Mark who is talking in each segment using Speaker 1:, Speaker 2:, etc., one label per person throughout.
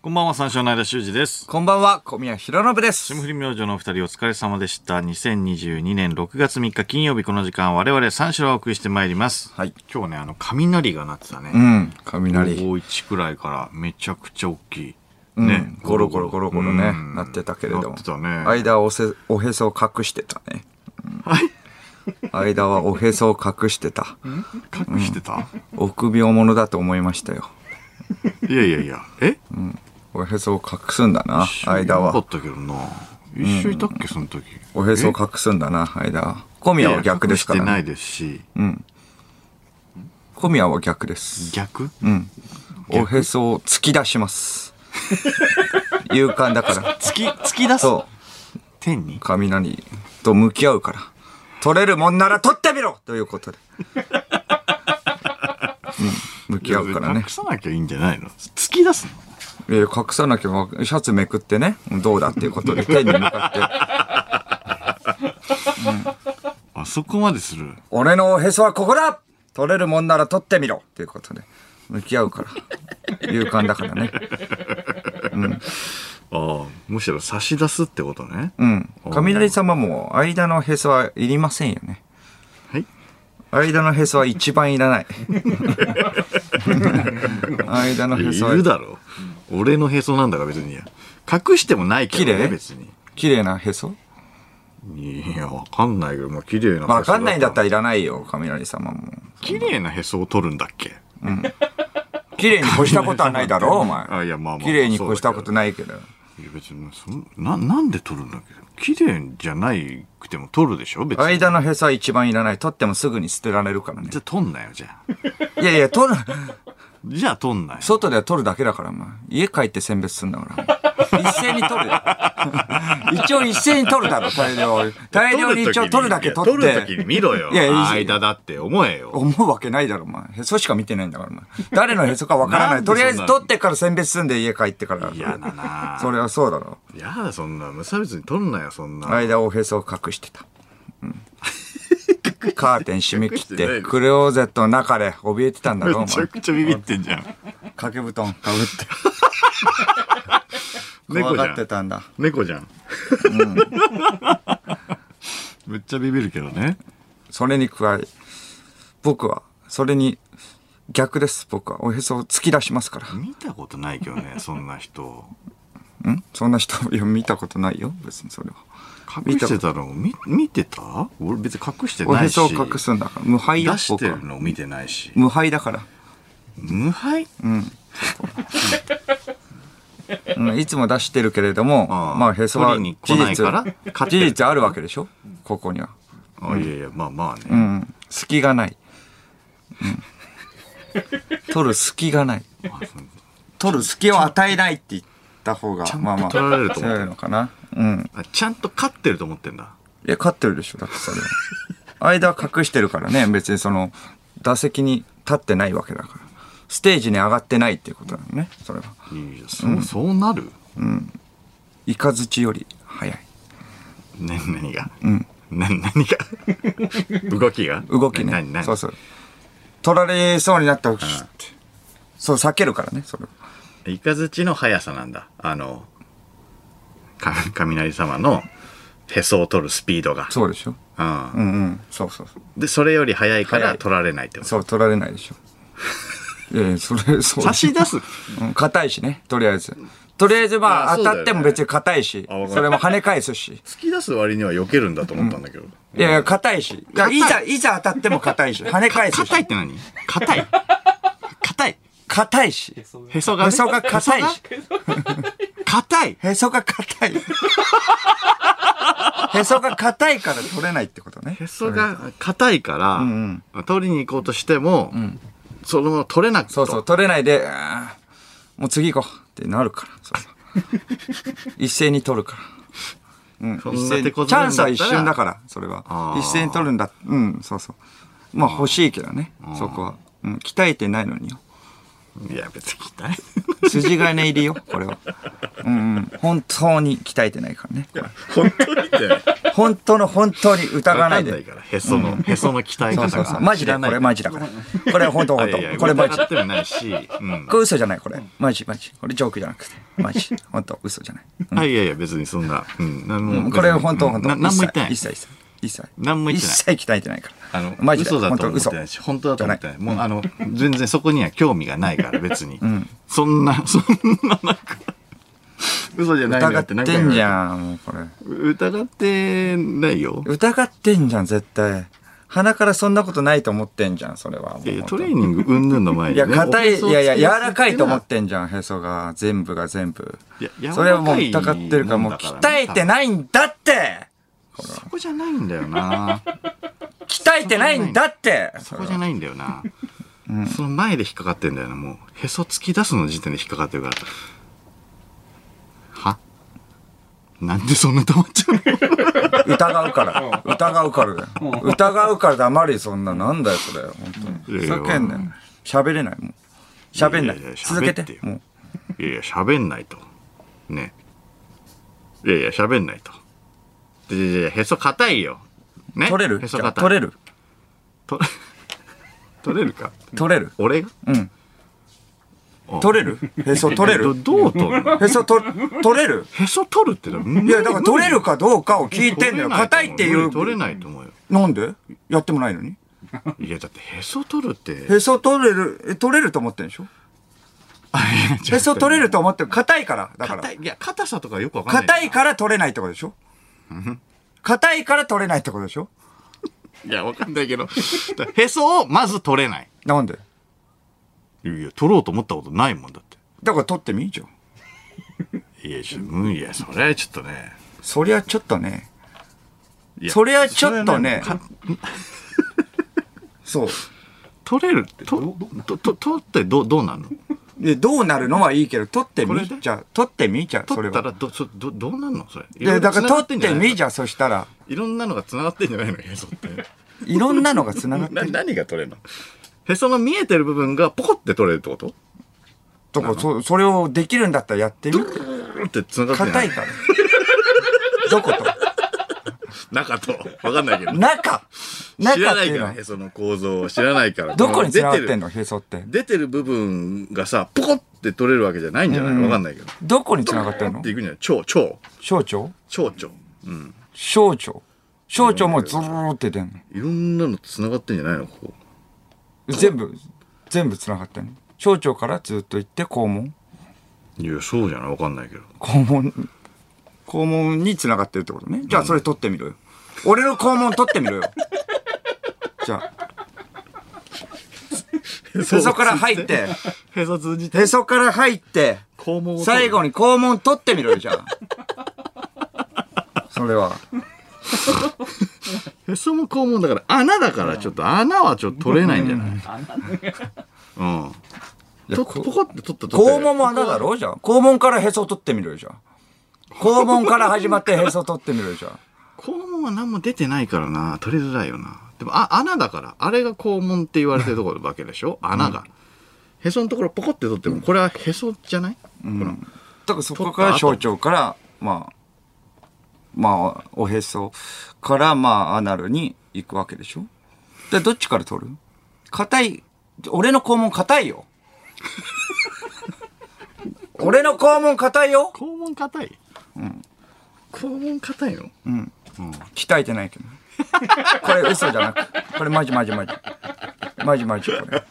Speaker 1: こんばんは、三照の間修二です。
Speaker 2: こんばんは、小宮弘信です。
Speaker 1: 霜降り明星のお二人お疲れ様でした。2022年6月3日金曜日この時間、我々三四郎をお送りしてまいります。
Speaker 2: はい。
Speaker 1: 今日ね、あの、雷が鳴ってたね。
Speaker 2: うん、雷。
Speaker 1: 午後1くらいからめちゃくちゃ大きい。
Speaker 2: ね、ゴロゴロゴロゴロね、
Speaker 1: うん
Speaker 2: なってたけれど
Speaker 1: な
Speaker 2: も
Speaker 1: ってた。ね。
Speaker 2: 間はおせ、おへそを隠してたね。間はおへそを隠してた。
Speaker 1: 隠してた、
Speaker 2: 臆病者だと思いましたよ。
Speaker 1: いやいやいや。え
Speaker 2: おへそを隠すんだな、間
Speaker 1: なか
Speaker 2: は
Speaker 1: っ。たけどな。一緒いたっけ、その時。
Speaker 2: おへそを隠すんだな、間は。小
Speaker 1: い
Speaker 2: 宮
Speaker 1: やい
Speaker 2: は
Speaker 1: や
Speaker 2: 逆ですか
Speaker 1: 隠して
Speaker 2: ら、
Speaker 1: な
Speaker 2: ね。
Speaker 1: いですし。
Speaker 2: 小宮は逆です。
Speaker 1: 逆
Speaker 2: うん。おへそを突き出 します。勇敢だから。
Speaker 1: 突き、突き出す
Speaker 2: そう。
Speaker 1: 天に
Speaker 2: 雷と向き合うから取れるもんなら取ってみろというこ とで、うん、向き合うからね
Speaker 1: 隠さなきゃいいんじゃないの突き出すの
Speaker 2: いや隠さなきゃわシャツめくってねどうだっていうことで天に向かって
Speaker 1: あそこまでする。
Speaker 2: 「俺のおへそはここだ取れるもんなら取ってみろ」ということで向き合うから勇敢だからね
Speaker 1: ああ、むしろ差し出すってことね。
Speaker 2: うん雷様も間のへそはいりませんよね
Speaker 1: はい。
Speaker 2: 間のへそは一番い らない間のへ
Speaker 1: い
Speaker 2: そはい
Speaker 1: るだろ。俺のへそなんだから別にいいや。隠してもないけど
Speaker 2: 綺
Speaker 1: ね、
Speaker 2: 麗
Speaker 1: 別に。
Speaker 2: 綺麗なへそ
Speaker 1: いや、わかんないけど、まあ、綺麗なへそ
Speaker 2: わかんないんだった
Speaker 1: ら。
Speaker 2: らいらないよ、雷様も。
Speaker 1: 綺麗なへそを取るんだっけ
Speaker 2: 綺麗に越したことはないだろう、お前。
Speaker 1: あいやまあまあ
Speaker 2: 綺麗に越したことないけど。
Speaker 1: いや、別にそんな、なんで取るんだっけ綺麗じゃないくても取るでしょ別に。
Speaker 2: 間のへそは一番いらない。取ってもすぐに捨てられるからね
Speaker 1: じ。ゃあ取んなよ、じゃあ。
Speaker 2: いやいや、取る、
Speaker 1: じゃあ取んなよ。
Speaker 2: 外では取るだけだから、お前。家帰って選別すんだから。一斉に 取るよ。一応一斉に取るだろ、大量。大量に一応取るだけ取っ
Speaker 1: いや取るとき
Speaker 2: て。
Speaker 1: に見ろよ。
Speaker 2: いやいや
Speaker 1: 間だって思え よ。
Speaker 2: 思うわけないだろ、お前。へそしか見てないんだから、お前。誰のへそかわからな
Speaker 1: なんで
Speaker 2: い。
Speaker 1: そ
Speaker 2: と
Speaker 1: んな
Speaker 2: りあえず取ってから選別すんで家帰ってから。
Speaker 1: 嫌だな
Speaker 2: それはそうだろ。
Speaker 1: やだ、そんな。無差別に取んなよ、そんな。
Speaker 2: 間をおへそを隠してた。うん、カーテン閉め切
Speaker 1: 隠
Speaker 2: っ
Speaker 1: してない
Speaker 2: て、クレオゼットの中で怯えてたんだ
Speaker 1: め
Speaker 2: ろ、お前。
Speaker 1: ちゃくちゃビビってんじゃん。
Speaker 2: 掛け布団かぶって。
Speaker 1: 猫
Speaker 2: 怖
Speaker 1: じゃ
Speaker 2: がって
Speaker 1: ん。
Speaker 2: たんだ。
Speaker 1: 猫じゃん。 めっちゃビビるけどね。
Speaker 2: それに加え、僕は、それに、逆です、僕は。おへそを突き出しますから。
Speaker 1: 見たことないけどね、そんな人。
Speaker 2: んそんな人、いや、見たことないよ、別にそれは。
Speaker 1: 隠してたの見見てた俺別に隠して
Speaker 2: お
Speaker 1: な
Speaker 2: へ
Speaker 1: いし。
Speaker 2: そを隠すんだから。無敗よ
Speaker 1: 出、し
Speaker 2: 僕
Speaker 1: て
Speaker 2: は
Speaker 1: る。の見てないし。
Speaker 2: 無敗だから。
Speaker 1: 無敗
Speaker 2: うん、いつも出してるけれども、
Speaker 1: ああ
Speaker 2: まあ、へそは
Speaker 1: 取りに
Speaker 2: 事
Speaker 1: 来ない
Speaker 2: 実、
Speaker 1: から勝手
Speaker 2: 事実あるわけでしょここには。
Speaker 1: あ、いやいや、まあまあ
Speaker 2: う
Speaker 1: ね。
Speaker 2: ん、隙がない。うん、取る隙がない。取る隙を与えないって言った方が、まあまあ、
Speaker 1: 取られると思う
Speaker 2: 強いのかな。うん。
Speaker 1: あちゃんと勝ってると思ってんだ。
Speaker 2: いや、勝ってるでしょ、だってそれは。間は隠してるからね、別にその、打席に立ってないわけだから。ステージに上がってないっていうことなのね、それは。
Speaker 1: いやいやそう、そうなる
Speaker 2: イカズチより早い。
Speaker 1: ね、何がうん。な、何が 動きが
Speaker 2: 動き
Speaker 1: 何、
Speaker 2: ね。
Speaker 1: 何
Speaker 2: そうそう。取られそうになったら、シュッて。そう、避けるからね、それは。
Speaker 1: イカズチの速さなんだ。あの、か雷様のへそを取るスピードが。
Speaker 2: そうでしょ。
Speaker 1: うん
Speaker 2: う。んうん。そうそうそう。
Speaker 1: で、それより速いか
Speaker 2: 速
Speaker 1: ら
Speaker 2: い
Speaker 1: 取られないってこと。
Speaker 2: そう、取られないでしょ。いやいやそれ、そう。
Speaker 1: 差し出す。
Speaker 2: うん硬いしね、とりあえず。とりあえずま
Speaker 1: あ
Speaker 2: あ、
Speaker 1: そうだ
Speaker 2: 当
Speaker 1: よね
Speaker 2: たっても別に硬いし
Speaker 1: あわか、る
Speaker 2: それも跳ね返すし。
Speaker 1: 突き出す割には避けるんだと思ったんだけど。
Speaker 2: いやいや、硬いし。いや、いざ、いざ当たっても硬いし、跳ね返すし
Speaker 1: 硬。いって何硬 い。硬い。
Speaker 2: 硬いし。
Speaker 1: へそがね。
Speaker 2: へそが硬いし。
Speaker 1: 硬い。
Speaker 2: へそが硬い。へそが硬いから取れないってことね。
Speaker 1: へそが硬いから、取りに行こうとしても、そのまま取れなく
Speaker 2: そうそう、取れないで、あーもう次行こうってなるからそれは。 一斉に取るから。うん、
Speaker 1: そんな
Speaker 2: 一斉に。
Speaker 1: 手
Speaker 2: チ
Speaker 1: こずるんだ
Speaker 2: ャン
Speaker 1: っ
Speaker 2: ス
Speaker 1: たら
Speaker 2: は一瞬だから、それ
Speaker 1: あ
Speaker 2: は。
Speaker 1: ー
Speaker 2: 一斉に取るんだ。うん、そうそう。まあ欲しいけどね、そこは。うん、鍛えてないのによ。
Speaker 1: いや、別に痛い。
Speaker 2: 筋金入 りよ、これは。うんうん。本当に鍛えてないからね。これ
Speaker 1: 本当にって。
Speaker 2: 本当の本当に疑わ
Speaker 1: わ
Speaker 2: な
Speaker 1: か
Speaker 2: い
Speaker 1: んな
Speaker 2: で
Speaker 1: い。から、へその、へその鍛え
Speaker 2: そう
Speaker 1: 方
Speaker 2: そうそう。
Speaker 1: が。
Speaker 2: マジで、これマジだから。これ本当本
Speaker 1: いやいや
Speaker 2: 当。これマジ。
Speaker 1: 疑ってもないし、うん
Speaker 2: こ。れ嘘じゃない、これ。マジマジ。これジョークじゃなくて。マジ。本当嘘じゃない。
Speaker 1: あいやいや、別にそんな、うん。なん
Speaker 2: うん
Speaker 1: も
Speaker 2: これ本当本当。
Speaker 1: ななんも言ってない。
Speaker 2: 一切一切。一切。
Speaker 1: 何も言ってない
Speaker 2: 一切鍛えてないから。
Speaker 1: あの、
Speaker 2: マジで。
Speaker 1: 嘘だ
Speaker 2: 本
Speaker 1: と
Speaker 2: 当
Speaker 1: 思って
Speaker 2: 嘘。
Speaker 1: ないし、本当だと思ってない。もう、あの、全然そこには興味がないから、別に。そんな、 そんな、なんか、嘘じゃないの
Speaker 2: 疑
Speaker 1: よ
Speaker 2: っ
Speaker 1: って何
Speaker 2: て
Speaker 1: 回
Speaker 2: ん
Speaker 1: も
Speaker 2: じ
Speaker 1: 言わ
Speaker 2: ゃん、もうこれ。
Speaker 1: れる疑ってないよ。
Speaker 2: 疑ってんじゃん、絶対。鼻からそんなことないと思ってんじゃん、それは。も
Speaker 1: い
Speaker 2: う
Speaker 1: やいや
Speaker 2: 本当
Speaker 1: トレーニング云々の前
Speaker 2: い
Speaker 1: にね。
Speaker 2: や、硬
Speaker 1: おへ
Speaker 2: い、い
Speaker 1: そを
Speaker 2: やいや、
Speaker 1: 突き出すってうのは
Speaker 2: 柔らかいと思ってんじゃん、へそが。全部が全部
Speaker 1: いや柔ら。かい
Speaker 2: それはもう疑ってるから、も
Speaker 1: もん
Speaker 2: う
Speaker 1: だからね
Speaker 2: 鍛えてないんだって
Speaker 1: そこじゃないんだよな。
Speaker 2: 鍛えてないんだって
Speaker 1: そこじゃないんだよな。その前で引っかかってんだよな、もう。へそ突き出すの時点で引っかかってるから。はなんでそんな溜まっちゃうの
Speaker 2: 疑うから。疑うからだよ。疑うから黙るよ、そんな。なんだよ、それ。本当に。
Speaker 1: いや
Speaker 2: ふ
Speaker 1: いや
Speaker 2: ざけんなよ。喋れない、もう。喋んない
Speaker 1: いやいや。
Speaker 2: 続け
Speaker 1: 喋って
Speaker 2: て
Speaker 1: よ。
Speaker 2: もう。
Speaker 1: いやいや、喋んないと。ね。いやいや、喋んないと。でででへそ硬いよ。ね。
Speaker 2: 取れる
Speaker 1: へそ
Speaker 2: じゃあ
Speaker 1: 硬い。
Speaker 2: 取れる
Speaker 1: と 取れるか。
Speaker 2: 取れる
Speaker 1: 俺が
Speaker 2: うん
Speaker 1: あ。
Speaker 2: 取れるへそ取れ
Speaker 1: ど
Speaker 2: る
Speaker 1: どう取るの
Speaker 2: へそと取れる
Speaker 1: へそ取るってのはい
Speaker 2: や、だから取れるかどうかを聞いてんだよ。硬いっていう。
Speaker 1: 取れないと思うよ。
Speaker 2: なんでやってもないのに
Speaker 1: いや、だってへそ取るって。
Speaker 2: へそ取れる、え取れると思ってるでしょへそ取れると思ってる。硬いから。だから
Speaker 1: 硬。い。いや、硬さとかよくわかんない。
Speaker 2: 硬いから取れないってことでしょ硬いから取れないってことでしょ
Speaker 1: いや、わかんないけど。 だからへそをまず取れない。
Speaker 2: なんで
Speaker 1: いや、取ろうと思ったことないもんだっ
Speaker 2: だから取ってみじゃん。
Speaker 1: て。いや、ちょっと無理や、それはちょっとね。
Speaker 2: そりゃちょっとね。
Speaker 1: いや
Speaker 2: それはちょっとね
Speaker 1: それは
Speaker 2: そう。
Speaker 1: 取れるってととと取ってどうどうなんの
Speaker 2: で、どうなるのはいいけど、取って
Speaker 1: こ
Speaker 2: み
Speaker 1: れで
Speaker 2: じゃあ、取ってみじゃあ、そ
Speaker 1: 取
Speaker 2: れ
Speaker 1: ったら
Speaker 2: は。
Speaker 1: どそどどうなんのそれいろいろ
Speaker 2: で、だから
Speaker 1: 繋が
Speaker 2: 取ってみじ
Speaker 1: ゃ
Speaker 2: ゃあ、そしたら、
Speaker 1: いろんなのが繋がってんじゃないのへそって
Speaker 2: いろん なのが繋がっ て
Speaker 1: な
Speaker 2: る。
Speaker 1: 何が取れるのへその見えてる部分がポコって取れるってこと
Speaker 2: とか、そそれをできるんだったらやってみ。
Speaker 1: うんって繋がってんじゃ
Speaker 2: 硬
Speaker 1: ない
Speaker 2: から。どこと
Speaker 1: 中とわかんないけど
Speaker 2: 中
Speaker 1: 知
Speaker 2: 中
Speaker 1: ら
Speaker 2: っ
Speaker 1: な
Speaker 2: て
Speaker 1: い
Speaker 2: いう
Speaker 1: から
Speaker 2: のは
Speaker 1: へ、その構造を知らないから
Speaker 2: どこに繋がってん
Speaker 1: の
Speaker 2: のへそって。
Speaker 1: 出てる部分がさポコって取れるわけじゃないんじゃないわかんないけど
Speaker 2: どこに繋がってん
Speaker 1: っ
Speaker 2: の
Speaker 1: ていくんじゃない腸腸
Speaker 2: 小腸
Speaker 1: 腸腸うん
Speaker 2: 小腸小腸もズルーって出んの。
Speaker 1: いろんなの繋がってんじゃないのここ
Speaker 2: 全部、全部繋がってんの。小腸からずっと行って、肛門
Speaker 1: いやそうじゃないわかんないけど
Speaker 2: 肛門肛門に繋がってるってことねじゃあそれ取ってみろよ俺の肛門取ってみろよじゃあ
Speaker 1: へ
Speaker 2: へそから入って
Speaker 1: へそ通じて
Speaker 2: へそから入って
Speaker 1: 肛門を取る
Speaker 2: 最後に肛門取ってみろよじゃあそれは
Speaker 1: へそも肛門だから穴だからちょっと穴はちょっと取れないんじゃないうん
Speaker 2: いや
Speaker 1: と
Speaker 2: こ
Speaker 1: ポコって取った取った
Speaker 2: 肛門も穴だろじゃあ肛門からへそ取ってみろよじゃあ肛門から始まってへそ取ってみろよじゃあ
Speaker 1: 肛門は何も出てないからな取りづらいよなでもあ穴だからあれが肛門って言われてるところだけでしょ穴が、へそのところポコって取ってもこれはへそじゃない、この
Speaker 2: だからそこから小腸からまあまあおへそからまあアナルに行くわけでしょでどっちから取る硬い俺の肛門硬いよ 俺の肛門硬いよ
Speaker 1: 肛門硬い、肛門硬いの
Speaker 2: 鍛えてないけどこれ嘘じゃなくこれマジマジマジマジマジこれ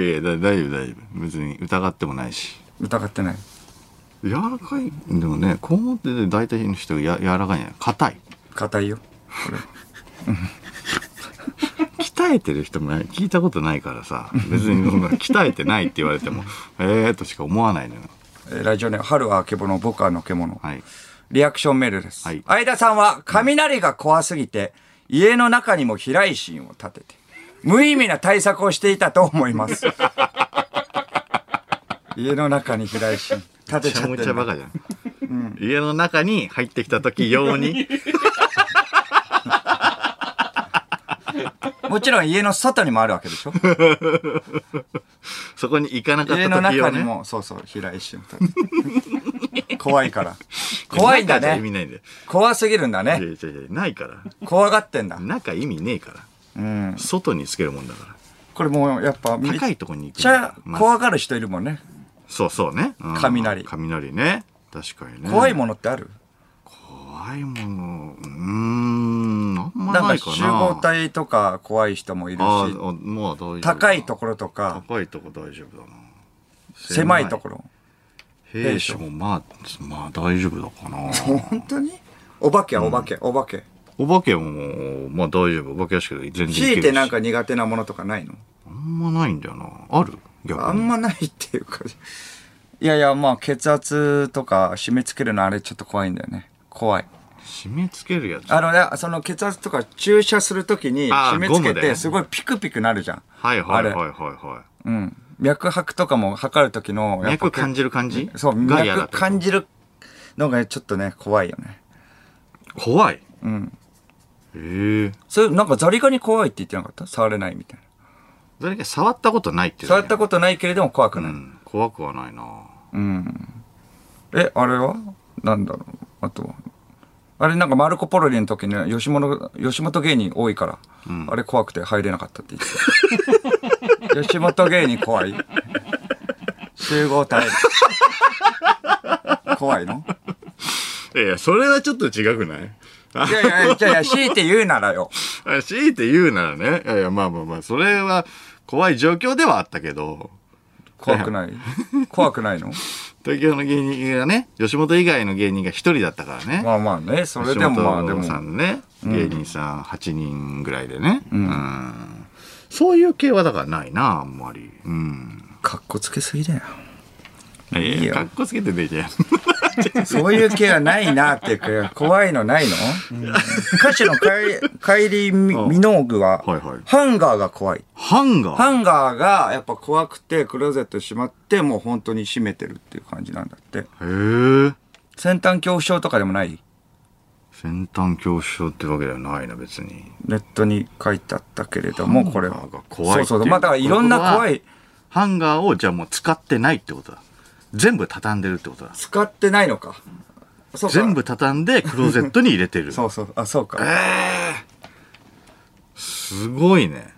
Speaker 1: いやいやだ大丈夫大丈夫別に疑ってもないし
Speaker 2: 疑ってない
Speaker 1: 柔らかいでもね肛門ってね大体の人がや柔らかいんじゃない硬い
Speaker 2: 硬いよ
Speaker 1: 鍛えてる人もね聞いたことないから さ別にそんな鍛えてないって言われてもええとしか思わないのよ
Speaker 2: えーラジオネーム春はあけぼの僕はのけもの
Speaker 1: はい
Speaker 2: リアクションメールです。
Speaker 1: はい
Speaker 2: 相田さんは、雷が怖すぎて、家の中にも飛来心を立てて、無意味な対策をしていたと思います。 家の中に飛来心立て
Speaker 1: め
Speaker 2: ち
Speaker 1: ち
Speaker 2: ゃ
Speaker 1: ゃ
Speaker 2: って
Speaker 1: め
Speaker 2: る
Speaker 1: ちゃバカじゃん、家の中に入ってきた時用 に
Speaker 2: もちろん家の外にもあるわけ でしょ
Speaker 1: そこに行かなかっ
Speaker 2: 家の
Speaker 1: た時
Speaker 2: 中
Speaker 1: 用
Speaker 2: に
Speaker 1: ね
Speaker 2: も、そうそう、飛来心立てて。怖い から。怖いんだ
Speaker 1: 中じゃ意
Speaker 2: ね
Speaker 1: 味。ないんだよ。
Speaker 2: 怖すぎるんだ
Speaker 1: い
Speaker 2: ね。
Speaker 1: やいやいやないから。
Speaker 2: 怖がってんだ。
Speaker 1: 中意味ねえから。
Speaker 2: うん。
Speaker 1: 外につけるもんだか
Speaker 2: これもうやっぱ、
Speaker 1: ら。
Speaker 2: めっ
Speaker 1: 高いとこに行くん
Speaker 2: ち
Speaker 1: だよ
Speaker 2: ゃ
Speaker 1: まず
Speaker 2: 怖がる人いるもんね。
Speaker 1: そうそうね。うん
Speaker 2: 雷
Speaker 1: 雷ね。確かにね。
Speaker 2: 怖い
Speaker 1: ん。
Speaker 2: ものってある
Speaker 1: 怖いもの。うーん。あんま
Speaker 2: なん
Speaker 1: な
Speaker 2: か
Speaker 1: いかな。
Speaker 2: 集合体とか怖い人もいるし、
Speaker 1: ああ、もう大丈夫。
Speaker 2: 高いところとか、
Speaker 1: 高いとこ大丈夫だな。
Speaker 2: 狭いところ。
Speaker 1: 兵士もまあ、まあ大丈夫だかな。
Speaker 2: 本当にお化けはお化け、お化け。
Speaker 1: お化けも、まあ大丈夫。お化け屋敷で全然
Speaker 2: 強い
Speaker 1: ける
Speaker 2: て
Speaker 1: し
Speaker 2: なんか苦手なものとかないの
Speaker 1: あんまないんだよな。ある逆に。
Speaker 2: あんまないっていうか。いやいや、まあ血圧とか締め付けるのあれちょっと怖いんだよね。怖い。
Speaker 1: 締め付けるやつ。
Speaker 2: あのね、その血圧とか注射するときに
Speaker 1: あー
Speaker 2: 締め付
Speaker 1: ゴ
Speaker 2: け
Speaker 1: ム
Speaker 2: て
Speaker 1: です
Speaker 2: ごいピクピクなるじゃん。
Speaker 1: はいはいはい
Speaker 2: あ
Speaker 1: はい
Speaker 2: れ
Speaker 1: は
Speaker 2: うん。脈拍とかも測るときの
Speaker 1: い。
Speaker 2: やっぱ
Speaker 1: 脈感じる感じ
Speaker 2: そう、
Speaker 1: が嫌だって
Speaker 2: 脈
Speaker 1: こと
Speaker 2: 感じるのがちょっとね、怖いよね。
Speaker 1: 怖い。
Speaker 2: うん。
Speaker 1: ええ
Speaker 2: それ、なんかザリガニ怖いって言ってなかった触れないみたいな。
Speaker 1: 誰か触ったことないっていうだ
Speaker 2: 触
Speaker 1: け
Speaker 2: ったことないけれども怖く
Speaker 1: う
Speaker 2: ない。
Speaker 1: ん、怖くはないな
Speaker 2: うん。え、あれはなんだろうあとは。あれなんかマルコ・ポロリの時に吉本、吉本芸人多いから、あれ怖くて入れなかったって言ってた。 吉本芸人怖い集合体。 怖いの
Speaker 1: いやいやそれはちょっと違くない
Speaker 2: いやいやいや、いやいや、強いて言うならよ。
Speaker 1: あ強いて言うならねいやいやまあまあまあそれは怖い状況ではあったけど
Speaker 2: 怖くない怖くないの
Speaker 1: 東京の芸人がね吉本以外の芸人が一人だったからね、
Speaker 2: まあまあね、それ
Speaker 1: 吉
Speaker 2: でもまあで
Speaker 1: 本
Speaker 2: も。
Speaker 1: さんね芸人さん8人ぐらいでね、うんそういう系はだからないなあんまりうん
Speaker 2: かっこつけすぎだよ。
Speaker 1: い
Speaker 2: いよ
Speaker 1: やかっこつけてね えじゃん
Speaker 2: そういう系はないなっていうか、怖いのないの、歌手のカイカイリー・ミ
Speaker 1: うん
Speaker 2: ミノーグは、
Speaker 1: はいはい
Speaker 2: ハンガーが怖い。
Speaker 1: ハンガー
Speaker 2: ハンガーがやっぱ怖くて、クローゼット閉まって、もう本当に閉めてるっていう感じなんだって。
Speaker 1: へえ
Speaker 2: 先端恐怖症とかでもない
Speaker 1: 先端恐怖症ってわけではないな別に
Speaker 2: ネットに書いてあったけれども、これ
Speaker 1: ハ
Speaker 2: は
Speaker 1: ンガーが。怖いっていう
Speaker 2: そうそう。まあだからいろんな怖い、
Speaker 1: ハンガーをじゃあもう使ってないってことだ全部畳んでるってことだ
Speaker 2: 使ってないのか。そうか
Speaker 1: 全部畳んでクローゼットに入れて る
Speaker 2: そうそう。あ、そうか。
Speaker 1: すごいね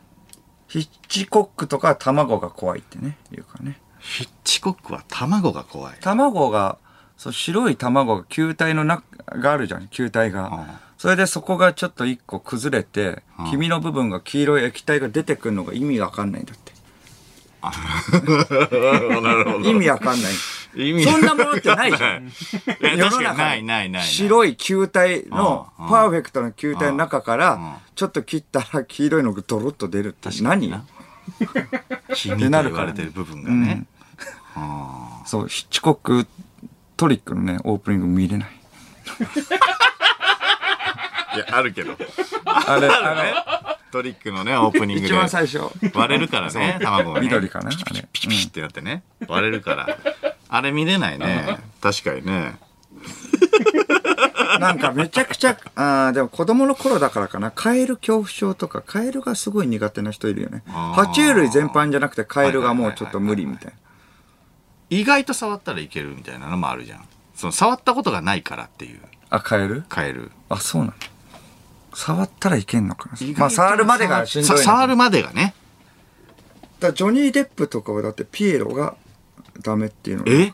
Speaker 2: ヒッチコックとか卵が怖いってね、いうかね。
Speaker 1: ヒッチコックは卵が怖い
Speaker 2: 卵が、そう、白い卵が球体の中があるじゃん、球体が。それでそこがちょっと一個崩れて、黄身の部分が黄色い液体が出てくるのが意味わかんないんだって。
Speaker 1: なるほ
Speaker 2: 意味わ かんない。
Speaker 1: 意
Speaker 2: そんなものってないじゃん。
Speaker 1: いや確かにないないない
Speaker 2: 白い球体の、
Speaker 1: うん
Speaker 2: パーフェクトな球体の中か
Speaker 1: うん
Speaker 2: ら、ちょっと切ったら黄色いのがドロッと出るって何
Speaker 1: 気
Speaker 2: て
Speaker 1: にな
Speaker 2: なる
Speaker 1: る
Speaker 2: か
Speaker 1: かられてる部分がね、あ
Speaker 2: そう、ヒッチコックトリックのね、オープニング見れない。
Speaker 1: あいやあるけど
Speaker 2: あれ、あ
Speaker 1: トリックのねオープニング
Speaker 2: の、
Speaker 1: で
Speaker 2: 一番最初。
Speaker 1: 割れるからね卵がね
Speaker 2: 緑かなあれ。
Speaker 1: ピシッってなってね割れるからあれ見れないね確かにね
Speaker 2: なんかめちゃくちゃ、あーでも子供の頃だからかな、カエル恐怖症とか、カエルがすごい苦手な人いるよね。
Speaker 1: あー
Speaker 2: 爬虫類全般じゃなくてカエルがもうちょっと無理みたいな。
Speaker 1: 意外と触ったらいけるみたいなのもあるじゃんその触ったことがないからっていう
Speaker 2: あ、カエル
Speaker 1: カエル
Speaker 2: あ、そうなの触ったらいけんのかなまあ触るまでがしんどい
Speaker 1: さ
Speaker 2: のか。
Speaker 1: 触
Speaker 2: る。
Speaker 1: るまでがね
Speaker 2: ジョニー・デップとかはだってピエロがダメっていうの。い
Speaker 1: え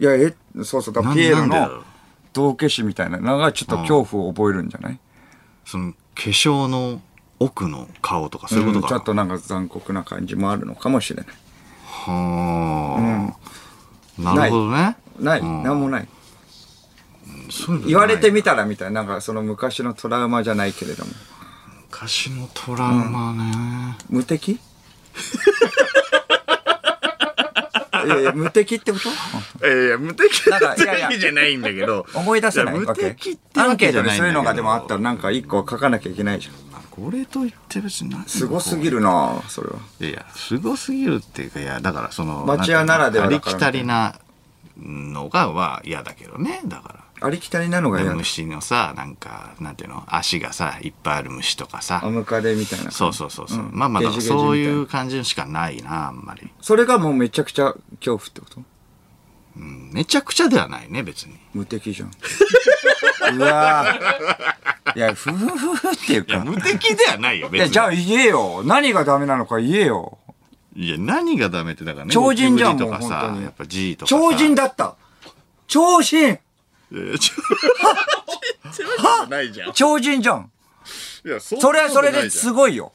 Speaker 2: や、え、そうそう、だか
Speaker 1: な
Speaker 2: らピエロ
Speaker 1: なんでだろ
Speaker 2: の
Speaker 1: う
Speaker 2: 道化師みたいなのがちょっと恐怖を覚えるんじゃない
Speaker 1: その化粧の奥の顔とかそういううんこ
Speaker 2: ち
Speaker 1: とか
Speaker 2: ょっとなんか残酷な感じもあるのかもしれない。
Speaker 1: はあなるほどね
Speaker 2: ない、
Speaker 1: うん
Speaker 2: なんもない。
Speaker 1: そういうのない
Speaker 2: 言われてみたらみたいな、なんかその昔のトラウマじゃないけれども。
Speaker 1: 昔のトラウマね
Speaker 2: 無敵いやいや、無敵ってこと
Speaker 1: いやいや無敵
Speaker 2: なんかいやいや
Speaker 1: じゃないんだけど
Speaker 2: 思い出せない
Speaker 1: いや
Speaker 2: わけ
Speaker 1: 無敵って
Speaker 2: アン
Speaker 1: わ
Speaker 2: ケ
Speaker 1: けじゃ
Speaker 2: ートで
Speaker 1: ないんだけど
Speaker 2: そういうのがでもあったらなんか一個書かなきゃいけないじゃん。
Speaker 1: これといって別に何
Speaker 2: すごすぎるなぁそれは。
Speaker 1: いやすごすぎるっていうかいやだからその
Speaker 2: 町屋ならでは
Speaker 1: あ
Speaker 2: だ
Speaker 1: り
Speaker 2: から
Speaker 1: きたりなのがは嫌だけどねだか
Speaker 2: ありきたりなのが
Speaker 1: ら
Speaker 2: 嫌だ。
Speaker 1: 虫のさなんかなんていうの足がさいっぱいある虫とか
Speaker 2: ア
Speaker 1: さ
Speaker 2: ムカデみたいな。
Speaker 1: そうそうそうそう、
Speaker 2: ん
Speaker 1: まあまあだか
Speaker 2: ゲ
Speaker 1: ら
Speaker 2: ジゲジみたいな
Speaker 1: そういう感じしかないなあんまり
Speaker 2: それがもうめちゃくちゃ恐怖ってこと
Speaker 1: うんめちゃくちゃではないね、別に。
Speaker 2: 無 敵じゃん。うわぁいや、ふふふふっていう
Speaker 1: いや、
Speaker 2: か。
Speaker 1: 無敵ではないよ、
Speaker 2: い
Speaker 1: 別
Speaker 2: や
Speaker 1: に。
Speaker 2: じゃあ言えよ。何がダメなのか言えよ。
Speaker 1: いや、何がダメってだからね。
Speaker 2: 超人じゃん
Speaker 1: ゴキブリとか
Speaker 2: もう本
Speaker 1: さ
Speaker 2: 当、に
Speaker 1: やっぱ G とかさ。
Speaker 2: 超人だった超人
Speaker 1: いやいや超人ってわけじゃない じゃん。
Speaker 2: 超人じゃん
Speaker 1: いや、そんな
Speaker 2: そ
Speaker 1: こと
Speaker 2: れ
Speaker 1: ない
Speaker 2: は
Speaker 1: じゃ
Speaker 2: そ
Speaker 1: ん
Speaker 2: れですごいよ。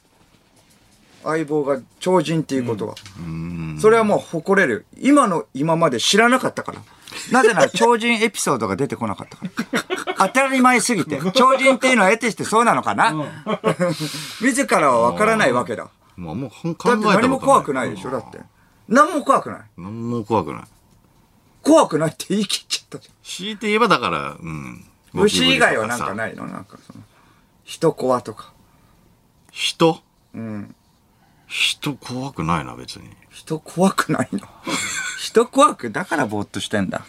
Speaker 2: 相棒が超人っていうことは。
Speaker 1: うん
Speaker 2: それはもう誇れる。今の今まで知らなかったから。なぜな ら超人エピソードが出てこなかったから。当たり前すぎて。超人っていうのは得てしてそうなのかな、 自らは分からないわけだ。
Speaker 1: まあもうほん考
Speaker 2: だ
Speaker 1: え
Speaker 2: って
Speaker 1: たこと
Speaker 2: 何も怖くないでしょだって。。何も怖くない。
Speaker 1: 何も怖くない。
Speaker 2: 怖くないって言い切っちゃったじ
Speaker 1: 強いて言えばだから、うん。
Speaker 2: ゃん。虫以外はなん
Speaker 1: ゴキ
Speaker 2: か
Speaker 1: ブリとさ
Speaker 2: ないのなんかその。人怖とか。
Speaker 1: 人
Speaker 2: うん。
Speaker 1: 人怖くないな、別に。
Speaker 2: 人怖くないの人怖くだからぼーっとしてんだ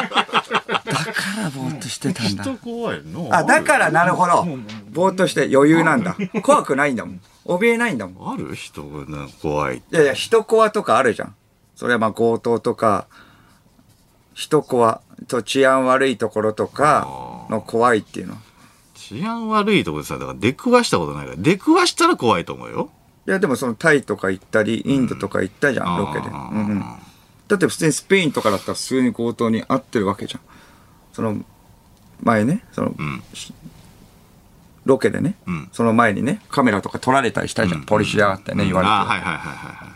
Speaker 2: だからぼーっとしてたんだ
Speaker 1: 怖いの
Speaker 2: あだからなるほどぼーっとして余裕なんだ怖くないんだもん怯えないんだもん
Speaker 1: ある人がなんか怖い。
Speaker 2: いやいや人怖とかあるじゃんそれはまあ強盗とか人怖と治安悪いところとかの怖いっていうの
Speaker 1: 治安悪いところでさ、だから出くわしたことないから、出くわしたら怖いと思うよ。
Speaker 2: いやでもそのタイとか行ったりインドとか行ったじゃん、ロケで、
Speaker 1: あー
Speaker 2: うんうんだって普通にスペインとかだったら普通に強盗に合ってるわけじゃんその前ねその、
Speaker 1: ん
Speaker 2: しロケでね、
Speaker 1: うん
Speaker 2: その前にねカメラとか撮られたりしたじゃん、ポリシアってね、言われて、
Speaker 1: あーはいはいはいはいはい。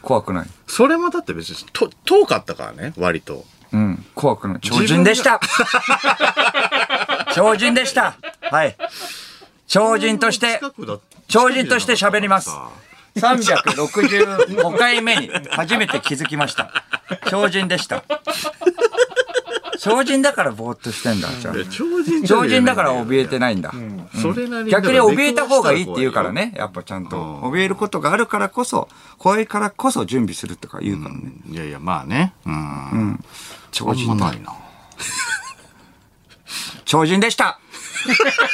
Speaker 2: 怖くない
Speaker 1: それもだって別にと遠かったからね、割と。
Speaker 2: うん怖くない超人でした超人でしたはい超人として超人として喋ります365回目に初めて気づきました。超人でした。超人だからぼーっとしてんだ、じゃあ
Speaker 1: いや超人
Speaker 2: 超人だから怯えて
Speaker 1: ない。
Speaker 2: ないんだ。
Speaker 1: それなり
Speaker 2: 逆に怯えた方がいいって言うから。ね、やっぱちゃんと。
Speaker 1: うん
Speaker 2: 怯えることがあるからこそ、怖いからこそ準備するとか言うからね。
Speaker 1: いやいや、まあね。うん。
Speaker 2: 超
Speaker 1: あ
Speaker 2: 人
Speaker 1: んま
Speaker 2: だ
Speaker 1: ない。な。
Speaker 2: 超人でした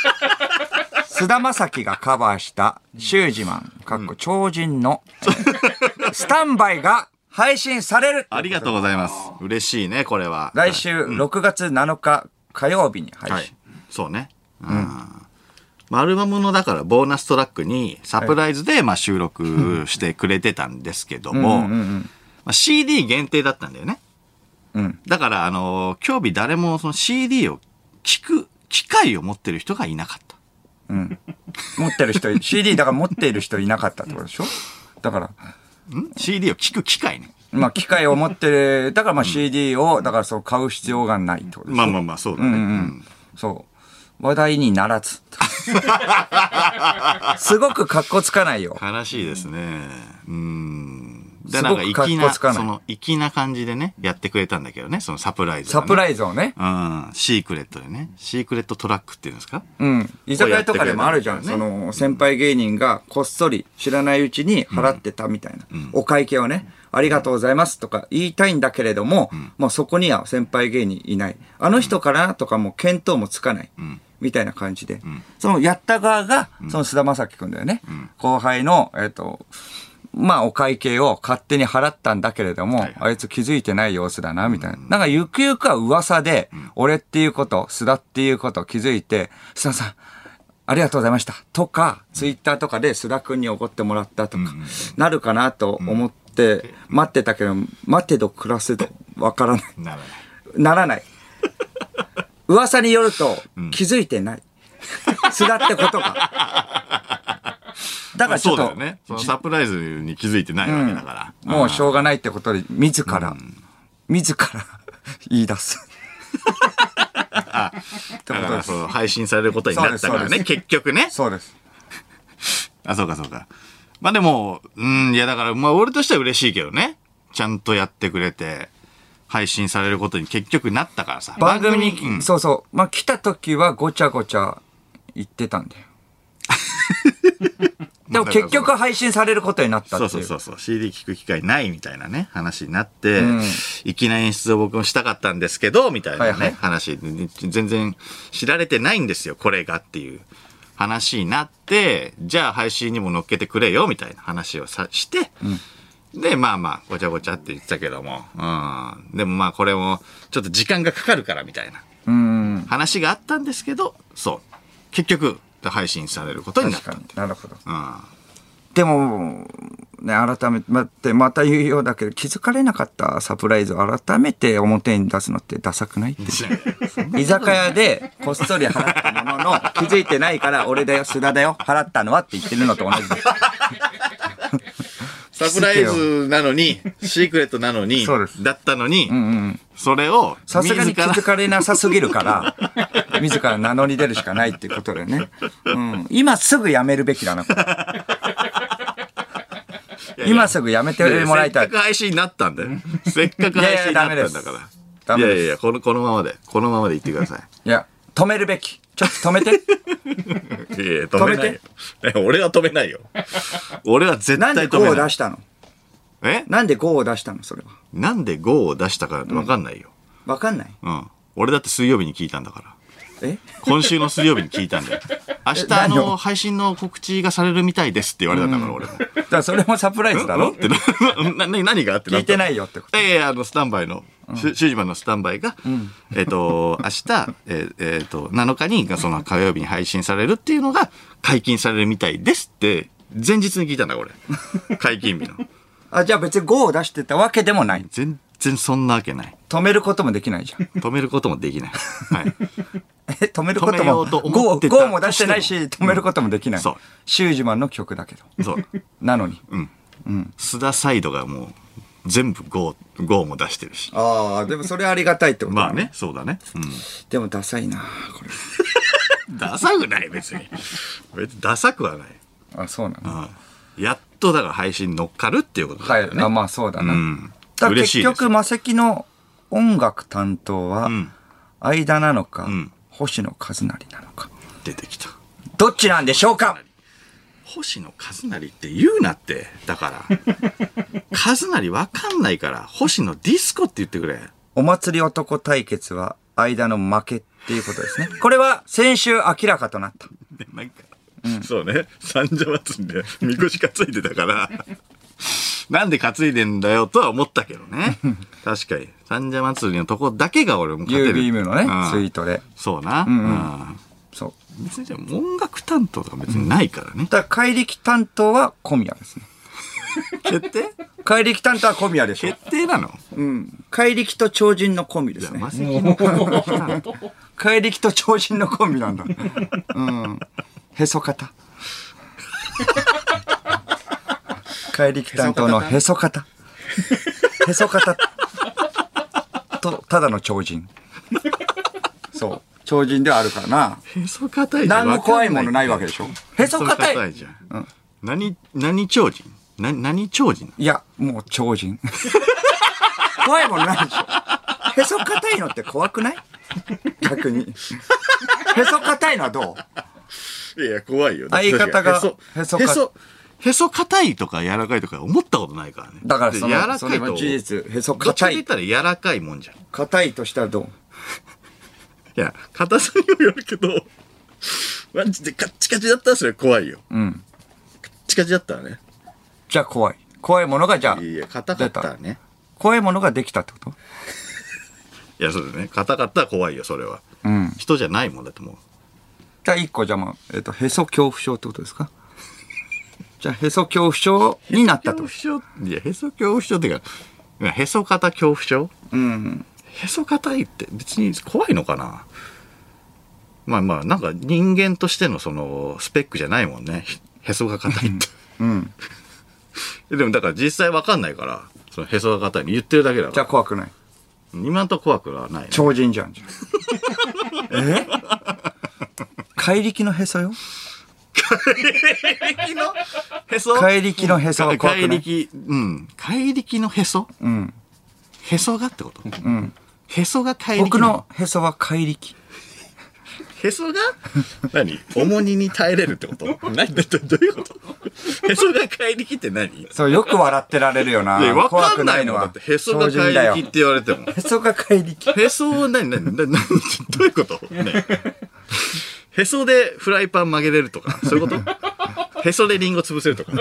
Speaker 2: 菅田将暉がカバーした「シュージマン」かっこ超人の、スタンバイが配信される
Speaker 1: ありがとうございます。嬉しいね、これは。
Speaker 2: 来週6月7日火曜日に配信、
Speaker 1: はい。そうね。うん。まあアルバムのだからボーナストラックにサプライズでまあ収録してくれてたんですけども、
Speaker 2: うんうんうん
Speaker 1: まあ CD 限定だったんだよね。
Speaker 2: うん
Speaker 1: だから、あのー今日日誰もその CD を聞く機会を持ってる人がいなかった。
Speaker 2: 持ってる人 CD だから持っている人いなかったってことでしょだから
Speaker 1: ん ?CD を聞く機会ね。
Speaker 2: まあ機械を持ってるだからまあ CD をだからそう買う必要がないってことでしょ、
Speaker 1: まあまあまあ、そうだ
Speaker 2: う
Speaker 1: ね。
Speaker 2: んうん、そう話題にな らずすごく格好つかないよ
Speaker 1: 悲しいですね。うん。ですなん
Speaker 2: ご
Speaker 1: か
Speaker 2: く
Speaker 1: 粋な、
Speaker 2: かっこつかない
Speaker 1: その粋な感じでね、やってくれたんだけどね、そのサプライズ、ね。
Speaker 2: サプ
Speaker 1: イ
Speaker 2: ライズをね。
Speaker 1: うん。シークレットでね。シークレットトラックっていうんですか
Speaker 2: うん。居酒屋とかでもあるじゃん。
Speaker 1: こうや
Speaker 2: そ
Speaker 1: ってくれたんだよ
Speaker 2: の、先輩芸人がこっそり知らないうちに払ってたみたいな。お会計をね、ありがとうございますとか言いたいんだけれども、もうそこには先輩芸人いない。あの人からとかも見当もつかない。みたいな感じで。その、やった側が、その菅田将暉くんだよね。後輩の、えっと、まあ、お会計を勝手に払ったんだけれども、あいつ気づいてない様子だな、みたいな。なんか、ゆくゆくは噂で、俺っていうこと、須田っていうこと気づいて、須田さん、ありがとうございました。とか、ツイッターとかで須田くんにおごってもらったとか、なるかなと思って、待ってたけど、待てど暮らせど、わからない。
Speaker 1: ならない。
Speaker 2: ならない。噂によると、気づいてない。 須田ってことが。だからちょ
Speaker 1: そう
Speaker 2: っ
Speaker 1: だよ、
Speaker 2: と
Speaker 1: ね。そのサプライズに気づいてないわけだから。
Speaker 2: もうしょうがないってことで、自ら、自ら 言い出す。
Speaker 1: だ
Speaker 2: ってこ
Speaker 1: か
Speaker 2: とで
Speaker 1: ら
Speaker 2: す
Speaker 1: そ。う配信されることになったから
Speaker 2: そうですそう
Speaker 1: ね、
Speaker 2: です
Speaker 1: 結局ね。
Speaker 2: そうです。
Speaker 1: あ、そうかそうか。まあでも、うん、いやだから、まあ俺としては嬉しいけどね。ちゃんとやってくれて、配信されることに結局なったからさ。
Speaker 2: 番組に、
Speaker 1: うん
Speaker 2: そうそう。まあ、来た時はごちゃごちゃ言っ てたんだよ。でも結局配信されることになったって
Speaker 1: そ
Speaker 2: いうう。
Speaker 1: そうそうそう。CD 聞く機会ないみたいなね、話になって、
Speaker 2: ん
Speaker 1: 粋な演出を僕もしたかったんですけど、みたいなね、
Speaker 2: はいはい
Speaker 1: 話、全然知られてないんですよ、これがっていう話になって、じゃあ配信にも乗っけてくれよ、みたいな話をさして、で、まあまあ、ごちゃごちゃって言ってたけども、うん。でもまあ、これも、ちょっと時間がかかるから、みたいな
Speaker 2: うん。
Speaker 1: 話があったんですけど、そう。結局、配信されることになった
Speaker 2: 確か。に。なるほど。
Speaker 1: うん。
Speaker 2: でも、ね、改めて、待って、また言うようだけど、気づかれなかったサプライズを改めて表に出すのってダサくないって。居酒屋でこっそり払ったものの、気づいてないから、俺だよ、須田だよ、払ったのはって言ってるのと同じです。
Speaker 1: サプライズなのに、シークレットなのに
Speaker 2: そうで、す
Speaker 1: だったのに、
Speaker 2: うんうん。
Speaker 1: それを、
Speaker 2: さすがに気
Speaker 1: 自
Speaker 2: づ
Speaker 1: ら
Speaker 2: かれなさすぎるから、自ら名乗り出るしかないっていうことでね。うん。今すぐやめるべきだな、これ
Speaker 1: いやいや
Speaker 2: 今すぐやめてもらいた
Speaker 1: せ
Speaker 2: い
Speaker 1: っ。かく配信になったんだよ。せっかく配信になったんだ
Speaker 2: いやいやダメ
Speaker 1: か
Speaker 2: です
Speaker 1: ら。
Speaker 2: ダ
Speaker 1: い
Speaker 2: メ
Speaker 1: や
Speaker 2: です
Speaker 1: いやいや、この、このままで、このままで言ってくだ さい。
Speaker 2: いや、止めるべき。ちょっと止め て。
Speaker 1: いやいや止めないよ。 いや俺は止めないよ。俺は絶
Speaker 2: な
Speaker 1: 対
Speaker 2: んで
Speaker 1: 止
Speaker 2: 5
Speaker 1: め
Speaker 2: を
Speaker 1: な
Speaker 2: 出
Speaker 1: い。
Speaker 2: したの
Speaker 1: え
Speaker 2: なんで5を出したのそれは。
Speaker 1: なんで5を出したかって分かんないよ。
Speaker 2: わかんない。
Speaker 1: うん。俺だって水曜日に聞いたんだから。
Speaker 2: え
Speaker 1: 今週の水曜日に聞いたん だよ。明日
Speaker 2: え何を
Speaker 1: の配信の告知がされるみたいですって言われたんだから、俺も。
Speaker 2: だからそれもサプライズだ
Speaker 1: うんっ
Speaker 2: ろ
Speaker 1: てなな、な何があって
Speaker 2: 聞いて
Speaker 1: い
Speaker 2: ないよってこと。
Speaker 1: ええあの、スタンバイの、シュシュージマンのスタンバイが、えっ、と、明日、えっ、えーと、7日に、その火曜日に配信されるっていうのが解禁されるみたいですって、前日に聞いたんだ、俺。 解禁日の。
Speaker 2: あ、じゃあ別に5を出してたわけでもない。
Speaker 1: 全然そんなわけない。
Speaker 2: 止めることもできないじ ゃん。
Speaker 1: 止めることもできない。はい。
Speaker 2: え、止めること
Speaker 1: 止めよ
Speaker 2: も。
Speaker 1: うと思って
Speaker 2: 5
Speaker 1: た
Speaker 2: をも出してないし、止めることもできない。
Speaker 1: そう
Speaker 2: シュージマンの曲だけど。
Speaker 1: そう。
Speaker 2: なのに。
Speaker 1: 須田サイドがもう、全部 GO、GO も出してるし。
Speaker 2: ああ、でもそれありがたいってこと
Speaker 1: まあね、そうだね。うん。
Speaker 2: でもダサいな、これ。
Speaker 1: ダサくない、別に。別にダサくはない。
Speaker 2: あ、そうな
Speaker 1: う
Speaker 2: の。
Speaker 1: んやっとだから配信乗っかるっていうこと
Speaker 2: は
Speaker 1: だ
Speaker 2: い
Speaker 1: よ。ね。
Speaker 2: あまあそうだな。
Speaker 1: うん。
Speaker 2: だから
Speaker 1: 嬉し
Speaker 2: 結
Speaker 1: いです
Speaker 2: 局、。マセキの音楽担当は
Speaker 1: ん、
Speaker 2: 間なのか、
Speaker 1: ん
Speaker 2: 星野一成なのか。
Speaker 1: 出てきた。
Speaker 2: どっちなんでしょうか
Speaker 1: 星野一成って言うなって。だから。 一成わかんないから、星野ディスコって言ってくれ。
Speaker 2: お祭り男対決は、間の負けっていうことですね。これは先週明らかとなった。
Speaker 1: なんか、そうね。三社祭りで、みこし担いでた から、なんで担いでんだよとは思ったけど ね。確かに。三社祭りのとこだけが俺も勝て
Speaker 2: u
Speaker 1: る。
Speaker 2: b m のね、
Speaker 1: うん
Speaker 2: ツイートで。
Speaker 1: そうな。
Speaker 2: んう
Speaker 1: うん
Speaker 2: そう。
Speaker 1: 別にじゃあ音楽担当とか別にないから ね。
Speaker 2: だから怪力担当は小宮ですね。
Speaker 1: 決定
Speaker 2: 怪力担当は小宮でしょ
Speaker 1: 決。定な の
Speaker 2: うん。怪力と超人のコンビで
Speaker 1: じゃ
Speaker 2: す
Speaker 1: あ、
Speaker 2: ね
Speaker 1: マ。セキの方来たんだ
Speaker 2: 怪力と超人のコンビ なんだ。うん。へそ方。 怪力担当のへそ方。へそ方。と、ただの超 人。そう。超人ではあるからな。
Speaker 1: へそ硬いじゃん。
Speaker 2: 何も怖いものないわけでしょ。へそ
Speaker 1: へそ
Speaker 2: 硬
Speaker 1: 硬
Speaker 2: い
Speaker 1: いじゃん。何、何超人な何超人なの
Speaker 2: いや、もう超人。怖いもんないでしょ。へそ硬いのって怖くない逆に。へそ硬いのはどう
Speaker 1: いや、怖いよ。
Speaker 2: 相方が
Speaker 1: へそ、
Speaker 2: へ
Speaker 1: へそ、
Speaker 2: そか
Speaker 1: へそ、へそ硬いとか柔らかいとか思ったことないからね。
Speaker 2: だからその
Speaker 1: で柔ら
Speaker 2: そ
Speaker 1: か
Speaker 2: れ
Speaker 1: いと
Speaker 2: は。事実。へそ
Speaker 1: どっちか
Speaker 2: 硬
Speaker 1: って言っ
Speaker 2: い。
Speaker 1: たら柔らかいもんじゃん。い
Speaker 2: 硬いとしたらどう
Speaker 1: や、硬さにもよるけど、マジでカッチカチだったらそれ怖いよ。
Speaker 2: うん。
Speaker 1: カッチカチだったらね。
Speaker 2: じゃあ怖い。怖いものがじゃあ、
Speaker 1: いや、硬かったらね。
Speaker 2: 怖いものができたってこと
Speaker 1: いや、そうだね。硬かったら怖いよ、それは。
Speaker 2: うん。
Speaker 1: 人じゃないもんだと思う。
Speaker 2: じゃあ一個じゃあまあ、えっ、と、へそ恐怖症ってことですかじゃあへそ恐怖症になったって
Speaker 1: 恐
Speaker 2: こ
Speaker 1: 怖
Speaker 2: と
Speaker 1: 症いやへそ恐怖症っていうかうんへそ肩恐怖症
Speaker 2: うん。
Speaker 1: へそ肩いって別に怖いのかなまあまあなんか人間としてのそのスペックじゃないもんねひへそが硬いっ
Speaker 2: うん。
Speaker 1: て でもだから実際わかんないからそのへそが硬いの言ってるだけだ
Speaker 2: じゃ
Speaker 1: か
Speaker 2: あ怖くない。
Speaker 1: ら今んとこ怖くはない、ね、
Speaker 2: 超人じゃんじゃん。え怪力のへそよ
Speaker 1: へそ
Speaker 2: 怪力のへそは怖くな
Speaker 1: 怪
Speaker 2: い
Speaker 1: 力うん怪力のへそ
Speaker 2: うん。
Speaker 1: へそがってこと
Speaker 2: うん。
Speaker 1: へそが怪力
Speaker 2: 僕
Speaker 1: な
Speaker 2: のへそは怪力。
Speaker 1: へそ が何重荷に耐えれるってこと何どどういうことへそが怪力って何
Speaker 2: そう、よく笑ってられるよな。
Speaker 1: いや、わ
Speaker 2: 怖
Speaker 1: か
Speaker 2: く
Speaker 1: ん
Speaker 2: な
Speaker 1: ないい
Speaker 2: の
Speaker 1: のだっ
Speaker 2: は
Speaker 1: て、。へそが
Speaker 2: 超
Speaker 1: 怪
Speaker 2: 人だよ
Speaker 1: 力って言われても。
Speaker 2: へそが怪力。
Speaker 1: へそを、何、何、何、何、どういうことねへそでフライパン曲げれるとか、そういうことへそでリンゴ潰せるとか。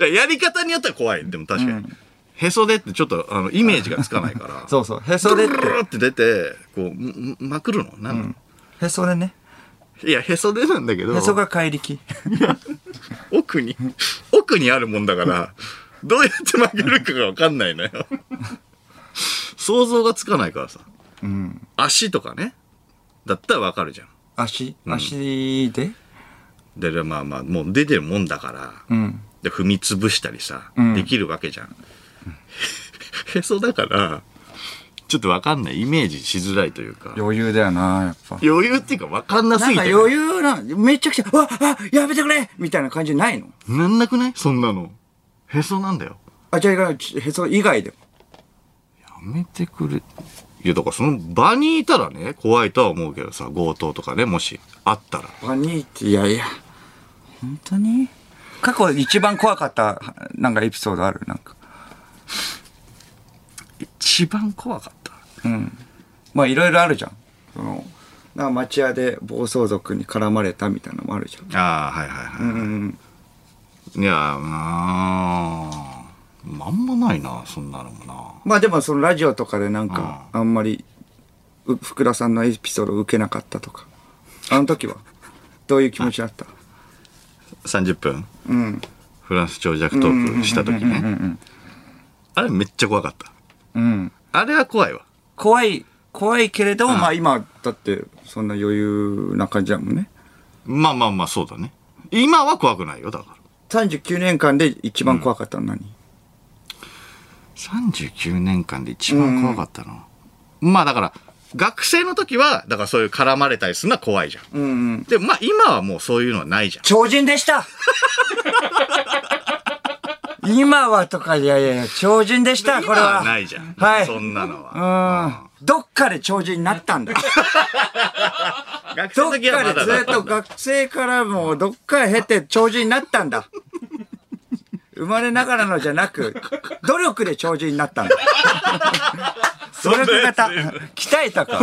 Speaker 1: ややり方によっては怖い。でも確かに。へそでってちょっと、あの、イメージがつかないから。
Speaker 2: そうそう。へそで って
Speaker 1: ブ。ルルルって出て、こう、んんまくるのなんか
Speaker 2: へそでね。
Speaker 1: いや、へそでなんだけど、
Speaker 2: へそが怪力。
Speaker 1: 奥に、奥にあるもんだから、どうやって曲げるかがわかんないのよ。想像がつかないからさ。
Speaker 2: うん。
Speaker 1: 足とかね。だったらわかるじゃん。
Speaker 2: 足、足で
Speaker 1: で、でまあまあ、もう出てるもんだから、
Speaker 2: うん。
Speaker 1: で踏み潰したりさ、
Speaker 2: ん
Speaker 1: できるわけじゃん。へそだから、ちょっとわかんない。イメージしづらいというか。
Speaker 2: 余裕だよな、やっぱ。
Speaker 1: 余裕っていうかわかんなす
Speaker 2: なん
Speaker 1: ぎ
Speaker 2: か
Speaker 1: てね、
Speaker 2: 余裕な、めちゃくちゃ、あ、あ、やめてくれみたいな感じないの
Speaker 1: なんなくないそんなの。へそなんだよ。
Speaker 2: あ、じゃあ、へそ以外でも。
Speaker 1: やめてくれ。いや、だからその場にいたらね、怖いとは思うけどさ、強盗とかね、もしあったら。
Speaker 2: バニーって、いやいや。本当に過去一番怖かった、なんかエピソードあるなんか。
Speaker 1: 一番怖かった。
Speaker 2: まあいろいろあるじゃん。その、なんか町屋で暴走族に絡まれたみたいなのもあるじゃん。
Speaker 1: ああ、はいはいはい。
Speaker 2: うん。
Speaker 1: いやー、うーんあんまないな、そんなのもな。
Speaker 2: まあでもそのラジオとかでなんか、あんまり、う福田さんのエピソードを受けなかったとか。あの時は、どういう気持ちだった
Speaker 1: 30分、
Speaker 2: うん。
Speaker 1: フランス長尺トークした時ね。あれめっちゃ怖かった。
Speaker 2: うん。
Speaker 1: あれは怖いわ。
Speaker 2: 怖い、怖いけれども、まあ今、だって、そんな余裕な感じだもんね。
Speaker 1: まあまあまあ、そうだね。今は怖くないよ、だから。
Speaker 2: 39年間で一番怖かったのは何、
Speaker 1: 39年間で一番怖かったの、まあだから学生の時はだからそういう絡まれたりするのは怖いじゃん、
Speaker 2: うんうん。
Speaker 1: でもまあ今はもうそういうのはないじゃん
Speaker 2: 超人でした 今はとか、いやいやいや、超人でした、こ
Speaker 1: 今
Speaker 2: れは。
Speaker 1: はないじゃん、
Speaker 2: はい
Speaker 1: そんなのは、
Speaker 2: うん。どっかで超人になったんだ。
Speaker 1: 学生
Speaker 2: ど
Speaker 1: の
Speaker 2: っか
Speaker 1: 時はま
Speaker 2: で
Speaker 1: だ
Speaker 2: ず
Speaker 1: だ
Speaker 2: っ
Speaker 1: っ
Speaker 2: と
Speaker 1: た
Speaker 2: 学生からもうどっかへ経て超人になったんだ。生まれながらのじゃなく、努力で超人になっ たんだ。努力型。鍛えたか。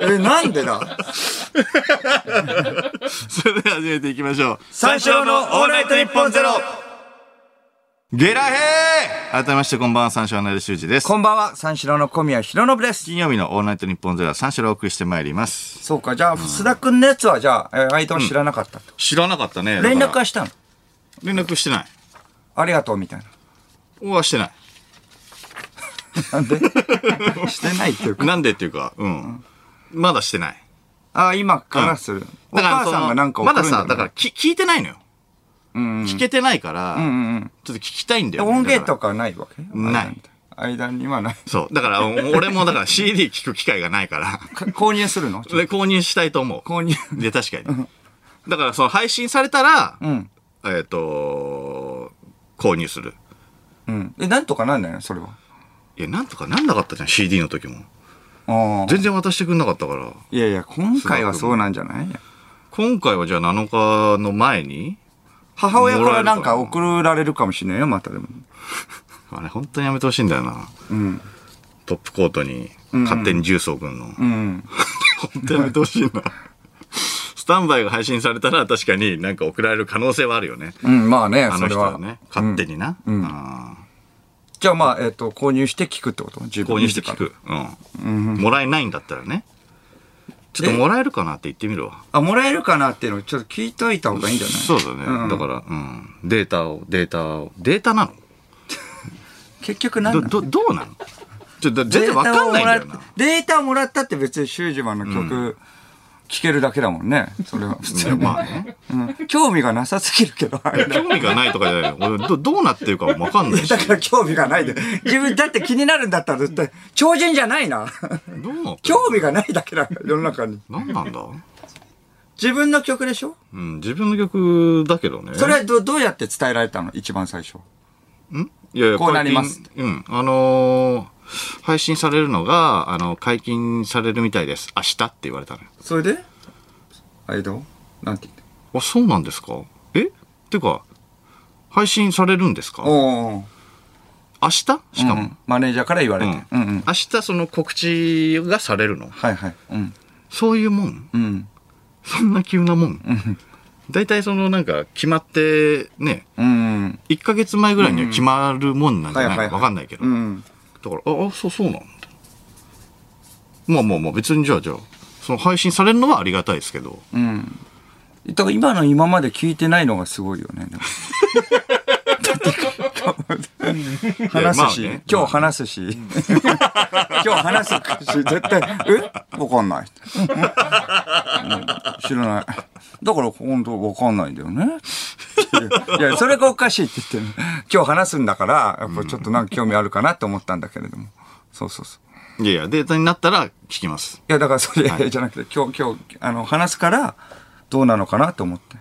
Speaker 2: え、なんで だ
Speaker 1: それでは始めていきましょう
Speaker 2: 三四郎のオールナイトニッポンゼロ
Speaker 1: ゲラヘー改めましてこんばんは三四郎の成修二です
Speaker 2: こんばんは、三四郎の小宮浩信です。
Speaker 1: 金曜日のオールナイトニッポンゼロは三四郎をお送りしてまいります
Speaker 2: そうか、じゃあ、須田くんのやつは、じゃあ、え相手は知らなかったと。
Speaker 1: 知らなかったね
Speaker 2: 連絡は
Speaker 1: は
Speaker 2: したの
Speaker 1: 連絡してない
Speaker 2: ありがとう、みたいな。
Speaker 1: はしてない
Speaker 2: なん でしてないっていうか。
Speaker 1: なんでっていうかうん、まだしてない
Speaker 2: ああ、今からする。お母
Speaker 1: その
Speaker 2: さんがなんか送
Speaker 1: ま
Speaker 2: る
Speaker 1: だ
Speaker 2: んだ
Speaker 1: さ、
Speaker 2: よ
Speaker 1: だ
Speaker 2: ね
Speaker 1: からき聞いてないのよ。
Speaker 2: うんうん
Speaker 1: 聞けてないから、
Speaker 2: うんうんうん。
Speaker 1: ちょっと聞きたいんだ
Speaker 2: で
Speaker 1: よ、ね。
Speaker 2: 音源
Speaker 1: だ
Speaker 2: と
Speaker 1: か
Speaker 2: かないわけ
Speaker 1: ない。
Speaker 2: 間にはない。
Speaker 1: らそう。だから、お俺もだから CD 聞く機会がない から、
Speaker 2: か購入するの
Speaker 1: で、購入したいと思う。
Speaker 2: 購入。
Speaker 1: で、確かに。だから、その配信されたら、
Speaker 2: うん。
Speaker 1: えっ、と購入する。
Speaker 2: うん。え、なんとかなんだよ、それは。
Speaker 1: いや、なんとかなんなかったじゃん、CD の時も。
Speaker 2: ああ。
Speaker 1: 全然渡してくんなかったから。
Speaker 2: いやいや、今回はそうなんじゃない
Speaker 1: 今回はじゃあ7日の前に、
Speaker 2: 母親からなん
Speaker 1: もらえるか
Speaker 2: か送られるかもしれないよ、またでも。
Speaker 1: あれ、本当にやめてほしいんだよな。
Speaker 2: うん。
Speaker 1: トップコートに、勝手にジュースを送るの。
Speaker 2: うん。
Speaker 1: 本当やめてほしいな。スタンバイが配信されたら確かになんか送られる可能性はあるよね。
Speaker 2: うん、まあね、
Speaker 1: あ
Speaker 2: そ
Speaker 1: の
Speaker 2: れ
Speaker 1: 人
Speaker 2: は
Speaker 1: は。ね、勝手にな。
Speaker 2: ん
Speaker 1: あ
Speaker 2: じゃあまあ、えっと、購入して聞くってこと自
Speaker 1: ー
Speaker 2: 分
Speaker 1: 購入して
Speaker 2: 自
Speaker 1: 聞
Speaker 2: ら
Speaker 1: く。う
Speaker 2: うんうん
Speaker 1: ん。もらえないんだったらね。ちょっともらえるかなって言ってみるわ。
Speaker 2: あ、もらえるかなっていうのをちょっと聞いといた方がいいんじゃない
Speaker 1: そうだ
Speaker 2: う
Speaker 1: ね。
Speaker 2: ん
Speaker 1: だから、うん。データを、データを。データな
Speaker 2: 結局何な
Speaker 1: の
Speaker 2: の
Speaker 1: ど、ど、どうなのちょっと全然わかんないんだよな。
Speaker 2: データをもらったって別にシュージマンの曲聴けるだけだもんね。それは普通
Speaker 1: ね
Speaker 2: に。
Speaker 1: まあね。
Speaker 2: うん興味がなさすぎるけど、あれだ
Speaker 1: 興味がないとかじゃないよ。俺、ど、どうなってるかもわかんないし。
Speaker 2: だから興味がな いで。自分だって気になるんだったら絶対、超人じゃないな。
Speaker 1: どうなってる
Speaker 2: 興味がないだけだから、世の中に。
Speaker 1: 何なんだ
Speaker 2: 自分の曲でしょ
Speaker 1: うん、自分の曲だけどね。
Speaker 2: それはどどうやって伝えられたの一番最初。
Speaker 1: んいやいや
Speaker 2: こうなります
Speaker 1: 解禁うん。あのー配信されるのが、あの、解禁されるみたいです。明日って言われたのよ。
Speaker 2: それでアイドルなんて言って。
Speaker 1: あ、そうなんですかえてか、配信されるんですか明
Speaker 2: おー
Speaker 1: 日しか
Speaker 2: うん
Speaker 1: も。
Speaker 2: うん。マネージャーから言わ
Speaker 1: う
Speaker 2: れ
Speaker 1: ん。
Speaker 2: て。うんうん。
Speaker 1: 明日その告知がされるの
Speaker 2: はいはい。うん。
Speaker 1: そういうもん
Speaker 2: うん。
Speaker 1: そんな急なもん、大体そのなんか決まってね、
Speaker 2: うん。
Speaker 1: 1ヶ月前ぐらいには決まるもんなんじゃない
Speaker 2: はいはい
Speaker 1: か
Speaker 2: はい
Speaker 1: わかんないけど。
Speaker 2: う
Speaker 1: だ
Speaker 2: ん。
Speaker 1: から、あ、あ、そうそうなんだ。まあまあまあ、別にじゃあじゃあ、その配信されるのはありがたいですけど。
Speaker 2: うん。だから今の今まで聞いてないのがすごいよね。話すし、
Speaker 1: いやまあね
Speaker 2: 今日話すし、今日話すし、絶対、えわかんない、うん知らない。だから本当わかんないんだよね。いや、それがおかしいって言ってる。今日話すんだから、やっぱちょっとなんか興味あるかなって思ったんだけれども。そうそうそう。
Speaker 1: いやいや、データになったら聞きます。
Speaker 2: いや、だからそれ、じゃなくて、今日、今日、あの、話すから、どうなのかなと思って。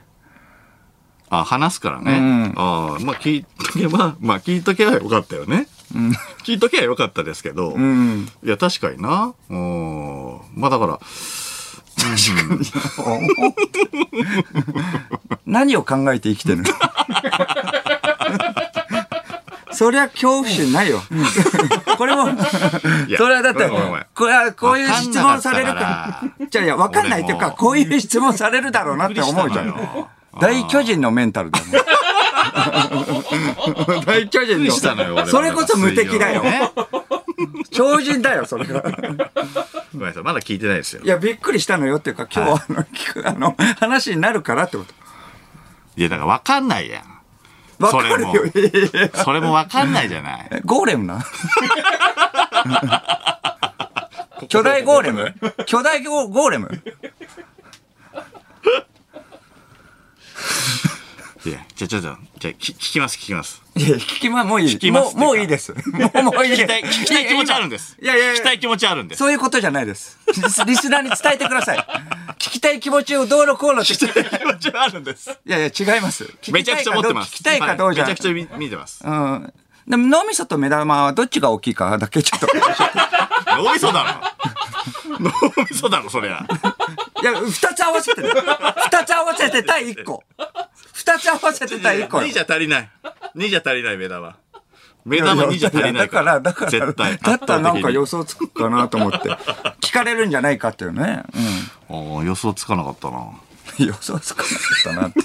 Speaker 1: あ、話すからね。
Speaker 2: うん
Speaker 1: ああ、まあ聞いとけば、まあ聞いとけばよかったよね。聞いとけばよかったですけど。
Speaker 2: うん。
Speaker 1: いや、確かにな。うん。まあだから、
Speaker 2: 何を考えて生きてるの そりゃ恐怖心ないよ。これも、
Speaker 1: や
Speaker 2: それはだって
Speaker 1: ごめんごめん、
Speaker 2: これはこういう質問される
Speaker 1: わか
Speaker 2: か
Speaker 1: んなかったから
Speaker 2: ら。じゃあいや、わかんないという
Speaker 1: 俺
Speaker 2: か、
Speaker 1: も
Speaker 2: こういう質問されるだろうなって思うじゃ
Speaker 1: びっくりしたのよ
Speaker 2: ん。大巨人のメンタ ルだもん。大巨人
Speaker 1: びっくりしたのよ俺
Speaker 2: の。
Speaker 1: も
Speaker 2: それこそ無敵だよ
Speaker 1: 水。曜
Speaker 2: 超人だよ、それが。
Speaker 1: ごめんなさい、まだ聞いてないですよ
Speaker 2: い。や、びっくりしたのよっていうか、今日はあの、聞くあの、話になるからってこと。
Speaker 1: いや、だから分かんないやん。
Speaker 2: わ
Speaker 1: そ
Speaker 2: か
Speaker 1: れ
Speaker 2: る
Speaker 1: も
Speaker 2: よ。いやいやいや
Speaker 1: それも分かんないじゃない。
Speaker 2: ゴーレ ムな巨大ゴーレム巨大ゴーレム
Speaker 1: いや、じゃ、じゃ、じゃ、じゃ、聞聞きます、聞きます。
Speaker 2: いや、聞きま、もういい。
Speaker 1: きますってか
Speaker 2: もう、もうい いです。もう、もういい
Speaker 1: 聞
Speaker 2: で
Speaker 1: きたい、聞
Speaker 2: す。
Speaker 1: きたい気持ちあるんです。
Speaker 2: いやいやいや
Speaker 1: 聞きたい気持ちあるんです。
Speaker 2: そういうことじゃないです。リスリスナーに伝えてください。聞きたい気持ちをどうのこうのって。い
Speaker 1: 気 持ちはあるんです。
Speaker 2: やいや、違います。
Speaker 1: めちゃくちゃ持ってます。
Speaker 2: 聞きたいかどうじゃ。
Speaker 1: はいめちゃくちゃ見見てます。
Speaker 2: うん。でも脳みそと目玉はどっちが大きいかだけ ちょっと。
Speaker 1: 脳みそだろ。脳みそだろ、そりゃ。
Speaker 2: いや、二つ合わせてる。二つ合わせて対一個。二つ合わせて対一個よ。
Speaker 1: 2じゃ足りない。2じゃ足りない、目玉。目玉2じゃ足りない
Speaker 2: やだから、だから、
Speaker 1: 絶対。
Speaker 2: だったらなんか予
Speaker 1: 予
Speaker 2: 想つくかなと 思って。聞かれるんじゃないかっていうね。
Speaker 1: 想。予想つかなかったな。
Speaker 2: うん。予想つかなかったなって。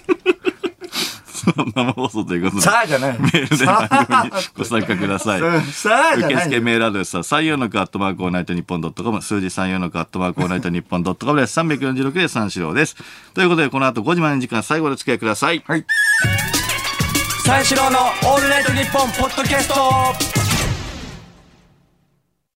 Speaker 1: 生放送ということで。
Speaker 2: さあじゃない。
Speaker 1: メールで
Speaker 2: さ
Speaker 1: 番組に
Speaker 2: あ、
Speaker 1: ご参加ください。
Speaker 2: うんさあじゃ
Speaker 1: 受
Speaker 2: ない
Speaker 1: 付。メールアドレスは34のクアットマークオールナイトニッポンドットコム数字34のクアットマークオールナイトニッポンドットコムです346で三四郎ですということでこの後5時までの時間最後までお付き合いください
Speaker 2: はい。三四郎のオールナイトニッポンポッドキャスト